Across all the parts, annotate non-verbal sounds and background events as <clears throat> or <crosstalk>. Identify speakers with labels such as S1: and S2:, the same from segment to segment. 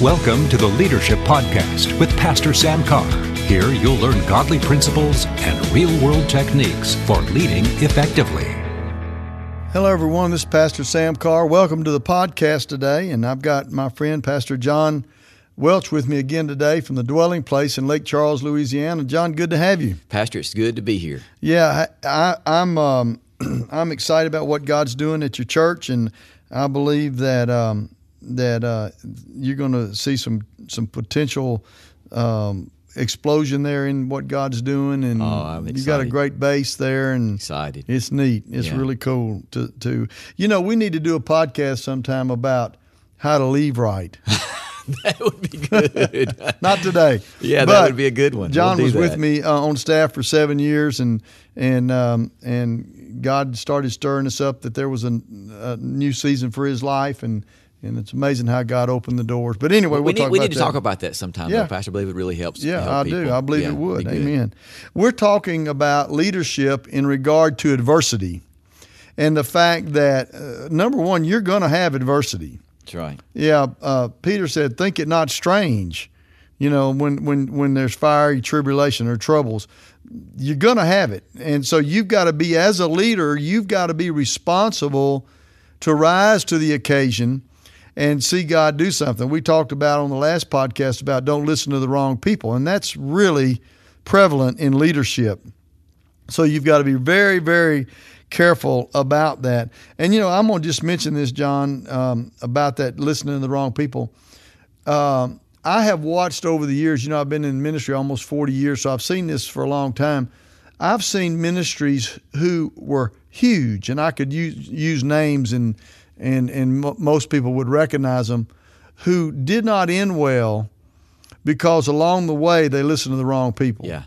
S1: Welcome to the Leadership Podcast with Pastor Sam Carr. Here you'll learn godly principles and real world techniques for leading effectively.
S2: Hello, everyone. This is Pastor Sam Carr. Welcome to the podcast today. And I've got my friend, Pastor John Welch, with me again today from the dwelling place in Lake Charles, Louisiana. John, good to have you.
S3: Pastor, it's good to be here.
S2: Yeah, I, I, I'm, um, <clears throat> I'm excited about what God's doing at your church. And I believe that, um, that uh, you're going to see some, some potential um, explosion there in what God's doing, and
S3: Oh, I'm
S2: you got a
S3: excited.
S2: great base there, and
S3: Excited.
S2: It's neat. It's
S3: Yeah.
S2: really cool to to you know we need to do a podcast sometime about how to leave right.
S3: <laughs> That would be <laughs> good.
S2: Not today.
S3: Yeah, that
S2: but
S3: would be a good one.
S2: John
S3: We'll do
S2: was with
S3: that.
S2: me uh, on staff for seven years, and and um, and God started stirring us up that there was a, a new season for His life, and and it's amazing how God opened the doors. But anyway, we'll
S3: we need,
S2: talk
S3: we
S2: about
S3: need to
S2: that.
S3: talk about that sometime,
S2: Yeah.
S3: though, Pastor. I believe it really helps. help
S2: Yeah, I do.
S3: people.
S2: I believe
S3: Yeah,
S2: it
S3: be
S2: would.
S3: good.
S2: Amen. We're talking about leadership in regard to adversity and the fact that, uh, number one, you're going to have adversity.
S3: That's right.
S2: Yeah, uh, Peter said, "Think it not strange." You know, when when when there's fiery tribulation or troubles, you're gonna have it, and so you've got to be as a leader, you've got to be responsible to rise to the occasion and see God do something. We talked about on the last podcast about don't listen to the wrong people, and that's really prevalent in leadership. So you've got to be very, very careful about that. And you know, I'm gonna just mention this, John, um, about that listening to the wrong people. Um, I have watched over the years. You know, I've been in ministry almost 40 years, so I've seen this for a long time. I've seen ministries who were huge, and I could use use names, and and and mo most people would recognize them, who did not end well because along the way they listened to the wrong people.
S3: Yeah.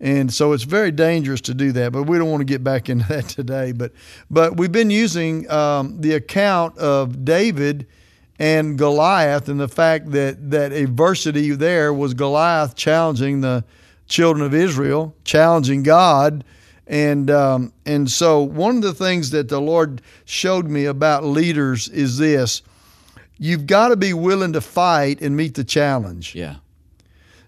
S2: And so it's very dangerous to do that, but we don't want to get back into <laughs> that today. But but we've been using um, the account of David and Goliath and the fact that that adversity there was Goliath challenging the children of Israel, challenging God, and um, and so one of the things that the Lord showed me about leaders is this: you've got to be willing to fight and meet the challenge
S3: Yeah.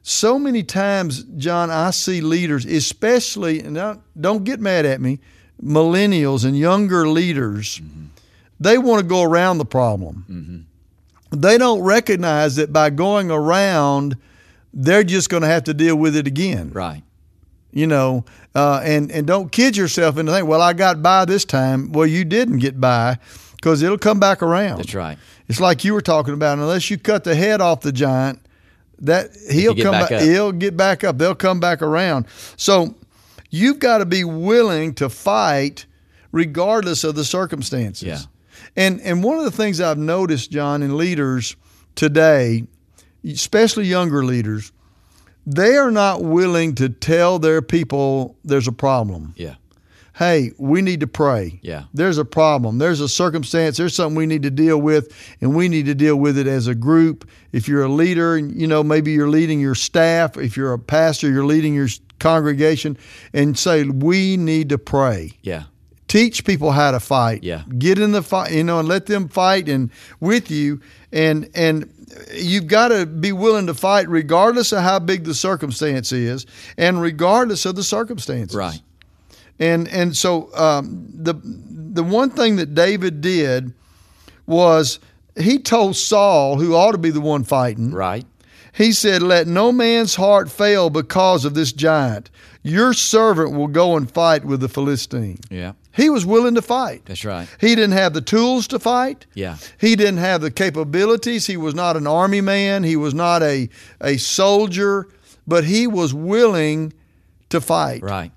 S2: so many times, John, I see leaders, especially, and don't- don't get mad at me, millennials and younger leaders,
S3: Mm-hmm.
S2: they want to go around the problem.
S3: Mm-hmm.
S2: They don't recognize that by going around, they're just going to have to deal with it again
S3: Right.
S2: you know, uh, and and don't kid yourself into thinking, well, I got by this time. Well, you didn't get by because it'll come back around.
S3: That's right.
S2: It's like you were talking about. Unless you cut the head off the giant, that he'll
S3: get
S2: come
S3: back up.
S2: He'll get back up. They'll come back around. So you've got to be willing to fight regardless of the circumstances.
S3: Yeah.
S2: And and one of the things I've noticed, John, in leaders today, especially younger leaders, they are not willing to tell their people there's a problem.
S3: Yeah.
S2: Hey, we need to pray.
S3: Yeah.
S2: There's a problem. There's a circumstance. There's something we need to deal with, and we need to deal with it as a group. If you're a leader, and you know, maybe you're leading your staff. If you're a pastor, you're leading your congregation, and say, we need to pray
S3: Yeah.
S2: teach people how to fight.
S3: Yeah.
S2: Get in the fight, you know, and let them fight and with you and and you've got to be willing to fight regardless of how big the circumstance is and regardless of the circumstances.
S3: Right.
S2: And and so um, the the one thing that David did was he told Saul, who ought to be the one fighting,
S3: Right.
S2: he said, Let no man's heart fail because of this giant. Your servant will go and fight with the Philistine.
S3: Yeah.
S2: He was willing to fight.
S3: That's right.
S2: He didn't have the tools to fight.
S3: Yeah.
S2: He didn't have the capabilities. He was not an army man. He was not a, a soldier, but he was willing to fight.
S3: Right.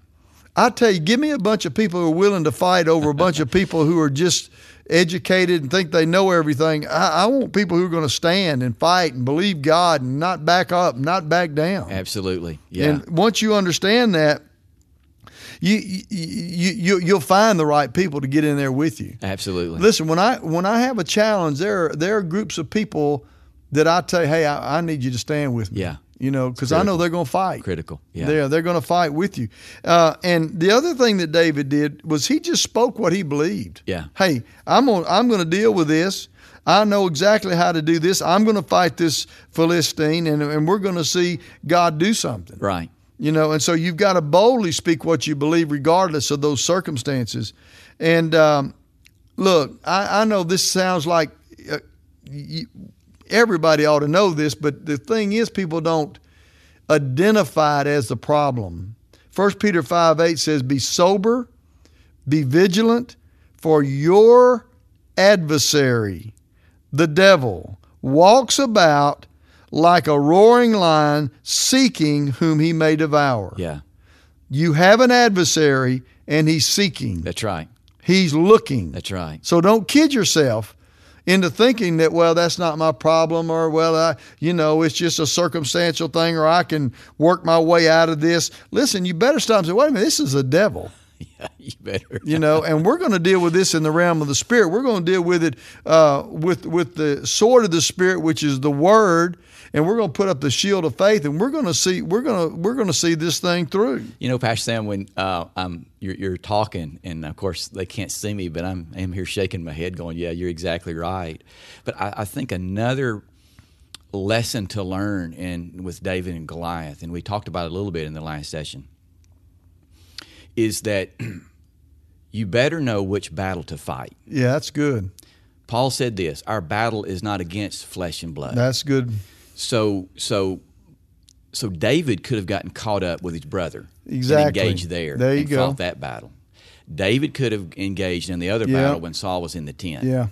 S2: I tell you, give me a bunch of people who are willing to fight over a bunch of people who are just educated and think they know everything. I, I want people who are going to stand and fight and believe God and not back up, not back down.
S3: Absolutely. Yeah.
S2: And once you understand that, you, you you you- you'll find the right people to get in there with you.
S3: Absolutely.
S2: Listen, when I when I have a challenge, there are, there are groups of people that I tell, hey, I, I need you to stand with me.
S3: Yeah.
S2: you know, because I know they're going to fight.
S3: Critical. Yeah.
S2: They're they're going to fight with you. Uh, and the other thing that David did was he just spoke what he believed.
S3: Yeah.
S2: Hey, I'm gonna I'm gonna deal with this. I know exactly how to do this. I'm going to fight this Philistine, and, and we're going to see God do something.
S3: Right.
S2: You know, and so you've got to boldly speak what you believe, regardless of those circumstances. And um, look, I, I know this sounds like uh, you, everybody ought to know this, but the thing is, people don't identify it as the problem. 1 Peter 5 8 says, Be sober, be vigilant, for your adversary, the devil, walks about like a roaring lion seeking whom he may devour.
S3: Yeah.
S2: You have an adversary and he's seeking,
S3: That's right.
S2: he's looking.
S3: That's right. <laughs>
S2: So don't kid yourself into thinking that well that's not my problem or well I you know it's just a circumstantial thing or I can work my way out of this. Listen, you better stop and say wait a minute, this is the devil.
S3: Yeah, you better.
S2: You know, and we're going to deal with this in the realm of the spirit. We're going to deal with it uh, with with the sword of the spirit, which is the word, and we're going to put up the shield of faith, and we're going to see we're going to we're going to see this thing through.
S3: You know, Pastor Sam, when uh, I'm you're, you're talking, and of course they can't see me, but I'm I'm here shaking my head, going, "Yeah, you're exactly right." But I, I think another lesson to learn in with David and Goliath, and we talked about it a little bit in the last session, is that <clears throat> you better know which battle to fight.
S2: Yeah, that's good.
S3: Paul said this: "Our battle is not against flesh and blood."
S2: That's good.
S3: So so so David could have gotten caught up with his brother.
S2: Exactly.
S3: And engaged there.
S2: There you
S3: and
S2: go.
S3: Fought that battle. David could have engaged in the other
S2: Yeah.
S3: battle when Saul was in the tent.
S2: Yeah.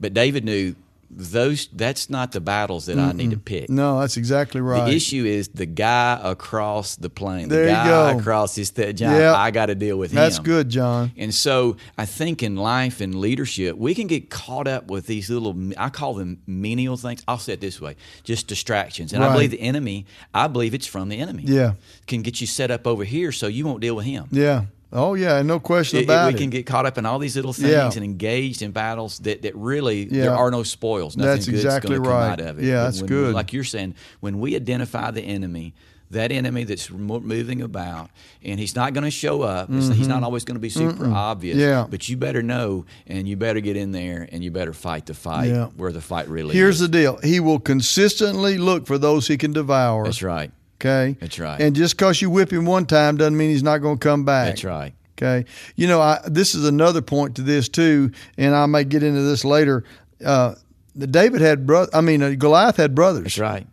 S3: But David knew those. That's not the battles that I need to pick.
S2: No, that's exactly right.
S3: The issue is the guy across the plane.
S2: There you
S3: the guy
S2: go.
S3: across this that giant.
S2: Yep.
S3: I got to deal with
S2: that's
S3: him.
S2: good, John.
S3: And so I think in life and leadership, we can get caught up with these little, I call them menial things. I'll say it this way just distractions. And
S2: Right.
S3: I believe the enemy, I believe it's from the enemy.
S2: Yeah.
S3: Can get you set up over here so you won't deal with him.
S2: Yeah. Oh yeah, no question
S3: It- it-
S2: about
S3: we can get caught up in all these little things
S2: Yeah.
S3: and engaged in battles that, that really
S2: Yeah.
S3: there are no spoils. Nothing
S2: That's
S3: good's
S2: exactly
S3: going to
S2: right.
S3: come out of it.
S2: Yeah,
S3: But
S2: that's
S3: when-
S2: good.
S3: Like you're saying, when we identify the enemy, that enemy that's mo- moving about, and he's not going to show up. It's- He's not always going to be super obvious.
S2: Mm-hmm. Yeah.
S3: But you better know, and you better get in there, and you better fight the fight
S2: Yeah.
S3: where the fight really
S2: Here's
S3: is.
S2: the deal. He will consistently look for those he can devour.
S3: that's right.
S2: Okay.
S3: That's right.
S2: And just because you whip him one time doesn't mean he's not going to come back.
S3: That's right.
S2: Okay. You know, I, this is another point to this too, and I may get into this later. Uh, the David had brother. I mean, uh, Goliath had brothers.
S3: That's right.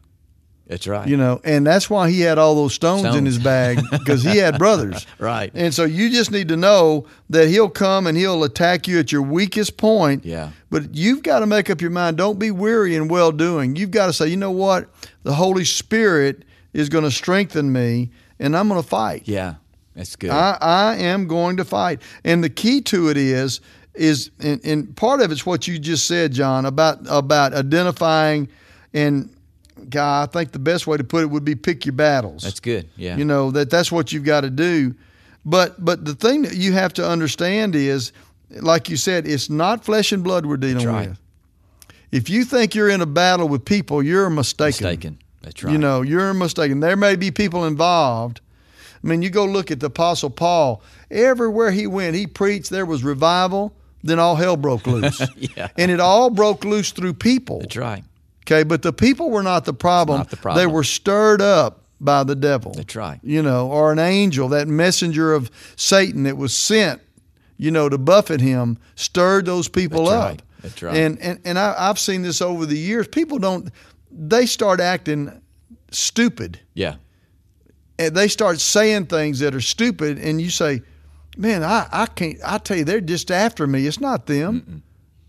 S3: That's right.
S2: You know, and that's why he had all those stones, in his bag because he had brothers.
S3: <laughs> Right.
S2: And so you just need to know that he'll come and he'll attack you at your weakest point.
S3: Yeah.
S2: But you've got to make up your mind. Don't be weary in well doing. You've got to say, you know what? The Holy Spirit is going to strengthen me and I'm going to fight.
S3: yeah. That's good.
S2: I, I am going to fight. And the key to it is is and, and part of it's what you just said, John, about about identifying and God, I think the best way to put it would be pick your battles.
S3: that's good. Yeah.
S2: You know that that's what you've got to do. But but the thing that you have to understand is, like you said, it's not flesh and blood we're dealing
S3: right.
S2: with. If you think you're in a battle with people, you're mistaken.
S3: Mistaken. That's right.
S2: You know, you're mistaken. There may be people involved. I mean, you go look at the Apostle Paul. Everywhere he went, he preached. There was revival. Then all hell broke loose.
S3: <laughs> Yeah.
S2: And it all broke loose through people.
S3: That's right.
S2: Okay, but the people were not the problem.
S3: It's not the problem.
S2: They were stirred up by the devil.
S3: That's right.
S2: You know, or an angel, that messenger of Satan that was sent, you know, to buffet him, stirred those people
S3: That's
S2: up.
S3: right. That's right.
S2: And and, and I, I've seen this over the years. People don't they start acting stupid.
S3: Yeah.
S2: And they start saying things that are stupid and you say, Man, I, I can't I tell you, they're just after me. It's not them.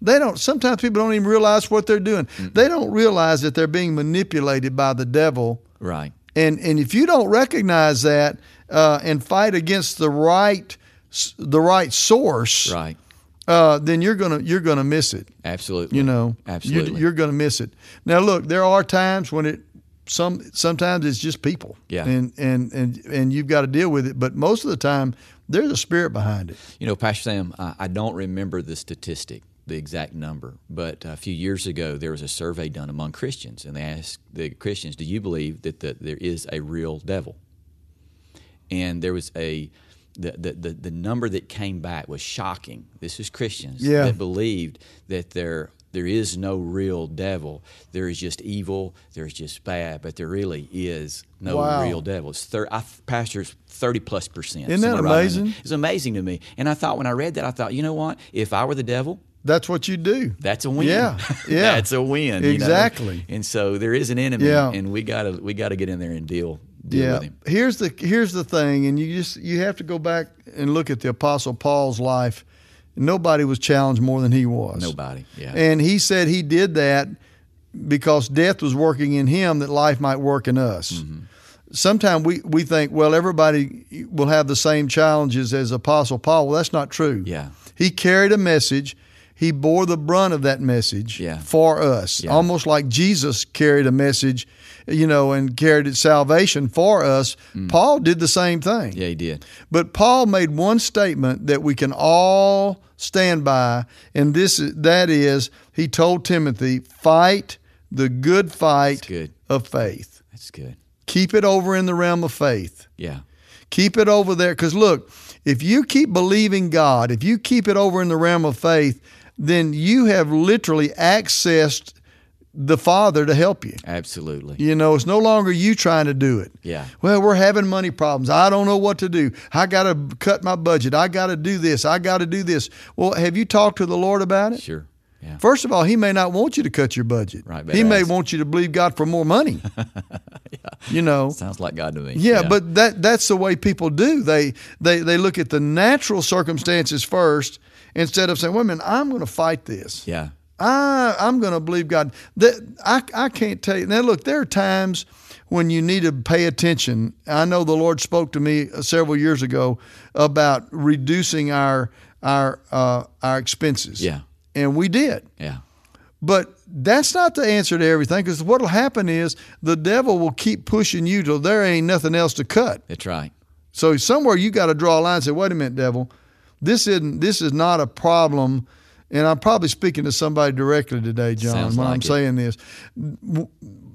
S2: They don't. Sometimes people don't even realize what they're doing. They don't realize that they're being manipulated by the devil.
S3: Right.
S2: And and if you don't recognize that uh, and fight against the right s- the right source,
S3: Right.
S2: uh, then you're gonna you're gonna miss it.
S3: Absolutely.
S2: You know,
S3: Absolutely.
S2: you, you're gonna miss it. Now look, there are times when it some sometimes it's just people.
S3: Yeah.
S2: And and and and you've got to deal with it. But most of the time, there's a spirit behind it.
S3: You know, Pastor Sam, I, I don't remember the statistic, the exact number, but a few years ago there was a survey done among Christians, and they asked the Christians, "Do you believe that the, there is a real devil?" And there was a the, the, the, the number that came back was shocking. This is Christians
S2: Yeah.
S3: that believed that there there is no real devil. There is just evil. There's just bad, but there really is no
S2: Wow.
S3: real devil. It's thir- I, pastors thirty plus percent.
S2: Isn't that
S3: somewhere right in there.
S2: amazing?
S3: it's amazing to me. And I thought when I read that, I thought, you know what? If I were the devil,
S2: That's what you do.
S3: that's a win.
S2: Yeah,
S3: <laughs>
S2: yeah.
S3: that's a win. you know?
S2: Exactly.
S3: And so there is an enemy,
S2: Yeah.
S3: and we gotta we gotta get in there and deal deal with him.
S2: Here's the here's the thing, and you just you have to go back and look at the Apostle Paul's life. Nobody was challenged more than he was.
S3: Nobody. Yeah.
S2: And he said he did that because death was working in him that life might work in us.
S3: Mm-hmm.
S2: Sometimes we, we think, well, everybody will have the same challenges as Apostle Paul. Well, that's not true.
S3: Yeah.
S2: He carried a message. He bore the brunt of that message
S3: Yeah.
S2: for us, almost like Jesus carried a message, you know, and carried its salvation for us.
S3: Mm.
S2: Paul did the same thing.
S3: yeah, he did.
S2: But Paul made one statement that we can all stand by, and this that is, he told Timothy, "Fight the good fight
S3: good.
S2: of faith.
S3: That's good.
S2: Keep it over in the realm of faith.
S3: Yeah.
S2: Keep it over there, because look, if you keep believing God, if you keep it over in the realm of faith, then you have literally accessed the Father to help you."
S3: Absolutely.
S2: You know, it's no longer you trying to do it.
S3: Yeah.
S2: Well, we're having money problems. I don't know what to do. I got to cut my budget. I got to do this. I got to do this. Well, have you talked to the Lord about it?
S3: Sure. Yeah.
S2: First of all, He may not want you to cut your budget.
S3: Right, but
S2: He may
S3: ask.
S2: want you to believe God for more
S3: <laughs>
S2: money. You know.
S3: Sounds like God to me.
S2: Yeah, but that that's the way people do. They they they look at the natural circumstances first instead of saying, "Wait a minute, I'm going to fight this."
S3: yeah.
S2: I, I'm going to believe God. That I, I can't tell you. Now, look, there are times when you need to pay attention. I know the Lord spoke to me uh, several years ago about reducing our our uh, our expenses.
S3: Yeah.
S2: and we did.
S3: Yeah.
S2: But that's not the answer to everything because what'll happen is the devil will keep pushing you till there ain't nothing else to cut.
S3: That's right.
S2: So somewhere you got to draw a line and say, wait a minute, devil, this isn't this is not a problem. And I'm probably speaking to somebody directly today, John,
S3: Sounds
S2: when
S3: like
S2: I'm
S3: it.
S2: saying this. W-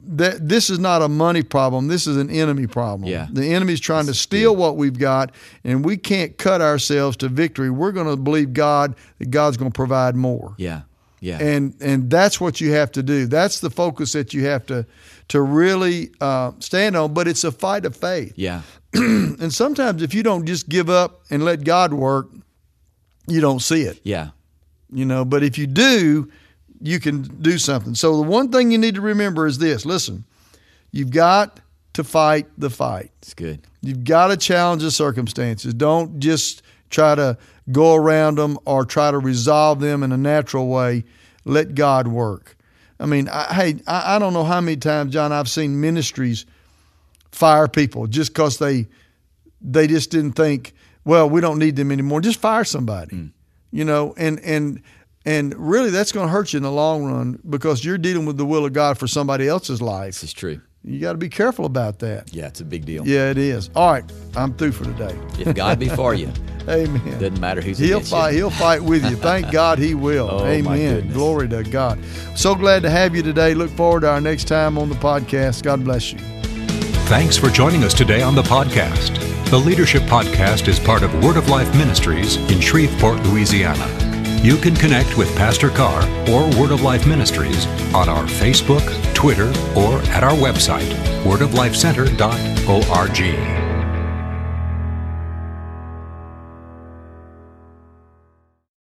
S2: That this is not a money problem. This is an enemy problem.
S3: Yeah.
S2: The enemy's trying to steal what we've got, and we can't cut ourselves to victory. We're going to believe God that God's going to provide more
S3: Yeah. Yeah.
S2: and and that's what you have to do. That's the focus that you have to to really uh, stand on. But it's a fight of faith.
S3: yeah.
S2: And sometimes if you don't just give up and let God work, you don't see it.
S3: Yeah.
S2: You know, but if you do, you can do something. So the one thing you need to remember is this: listen, you've got to fight the fight.
S3: It's good.
S2: You've got to challenge the circumstances. Don't just try to go around them or try to resolve them in a natural way. Let God work. I mean, I, hey, I, I don't know how many times, John, I've seen ministries fire people just because they they just didn't think, well, we don't need them anymore. Just fire somebody, you know, and and and really that's going to hurt you in the long run because you're dealing with the will of God for somebody else's life.
S3: This is true.
S2: You got to be careful about that.
S3: Yeah, it's a big deal.
S2: Yeah, it is. All right, I'm through for today.
S3: If God be for you,
S2: Amen.
S3: doesn't matter who's
S2: He'll
S3: against
S2: fight.
S3: you.
S2: He'll fight with you.
S3: <laughs>
S2: Thank God he will.
S3: Oh, my
S2: Amen.
S3: goodness.
S2: Glory to God. So glad to have you today. Look forward to our next time on the podcast. God bless you.
S1: Thanks for joining us today on the podcast. The Leadership Podcast is part of Word of Life Ministries in Shreveport, Louisiana. You can connect with Pastor Carr or Word of Life Ministries on our Facebook, Twitter, or at our website, wordoflifecenter.org.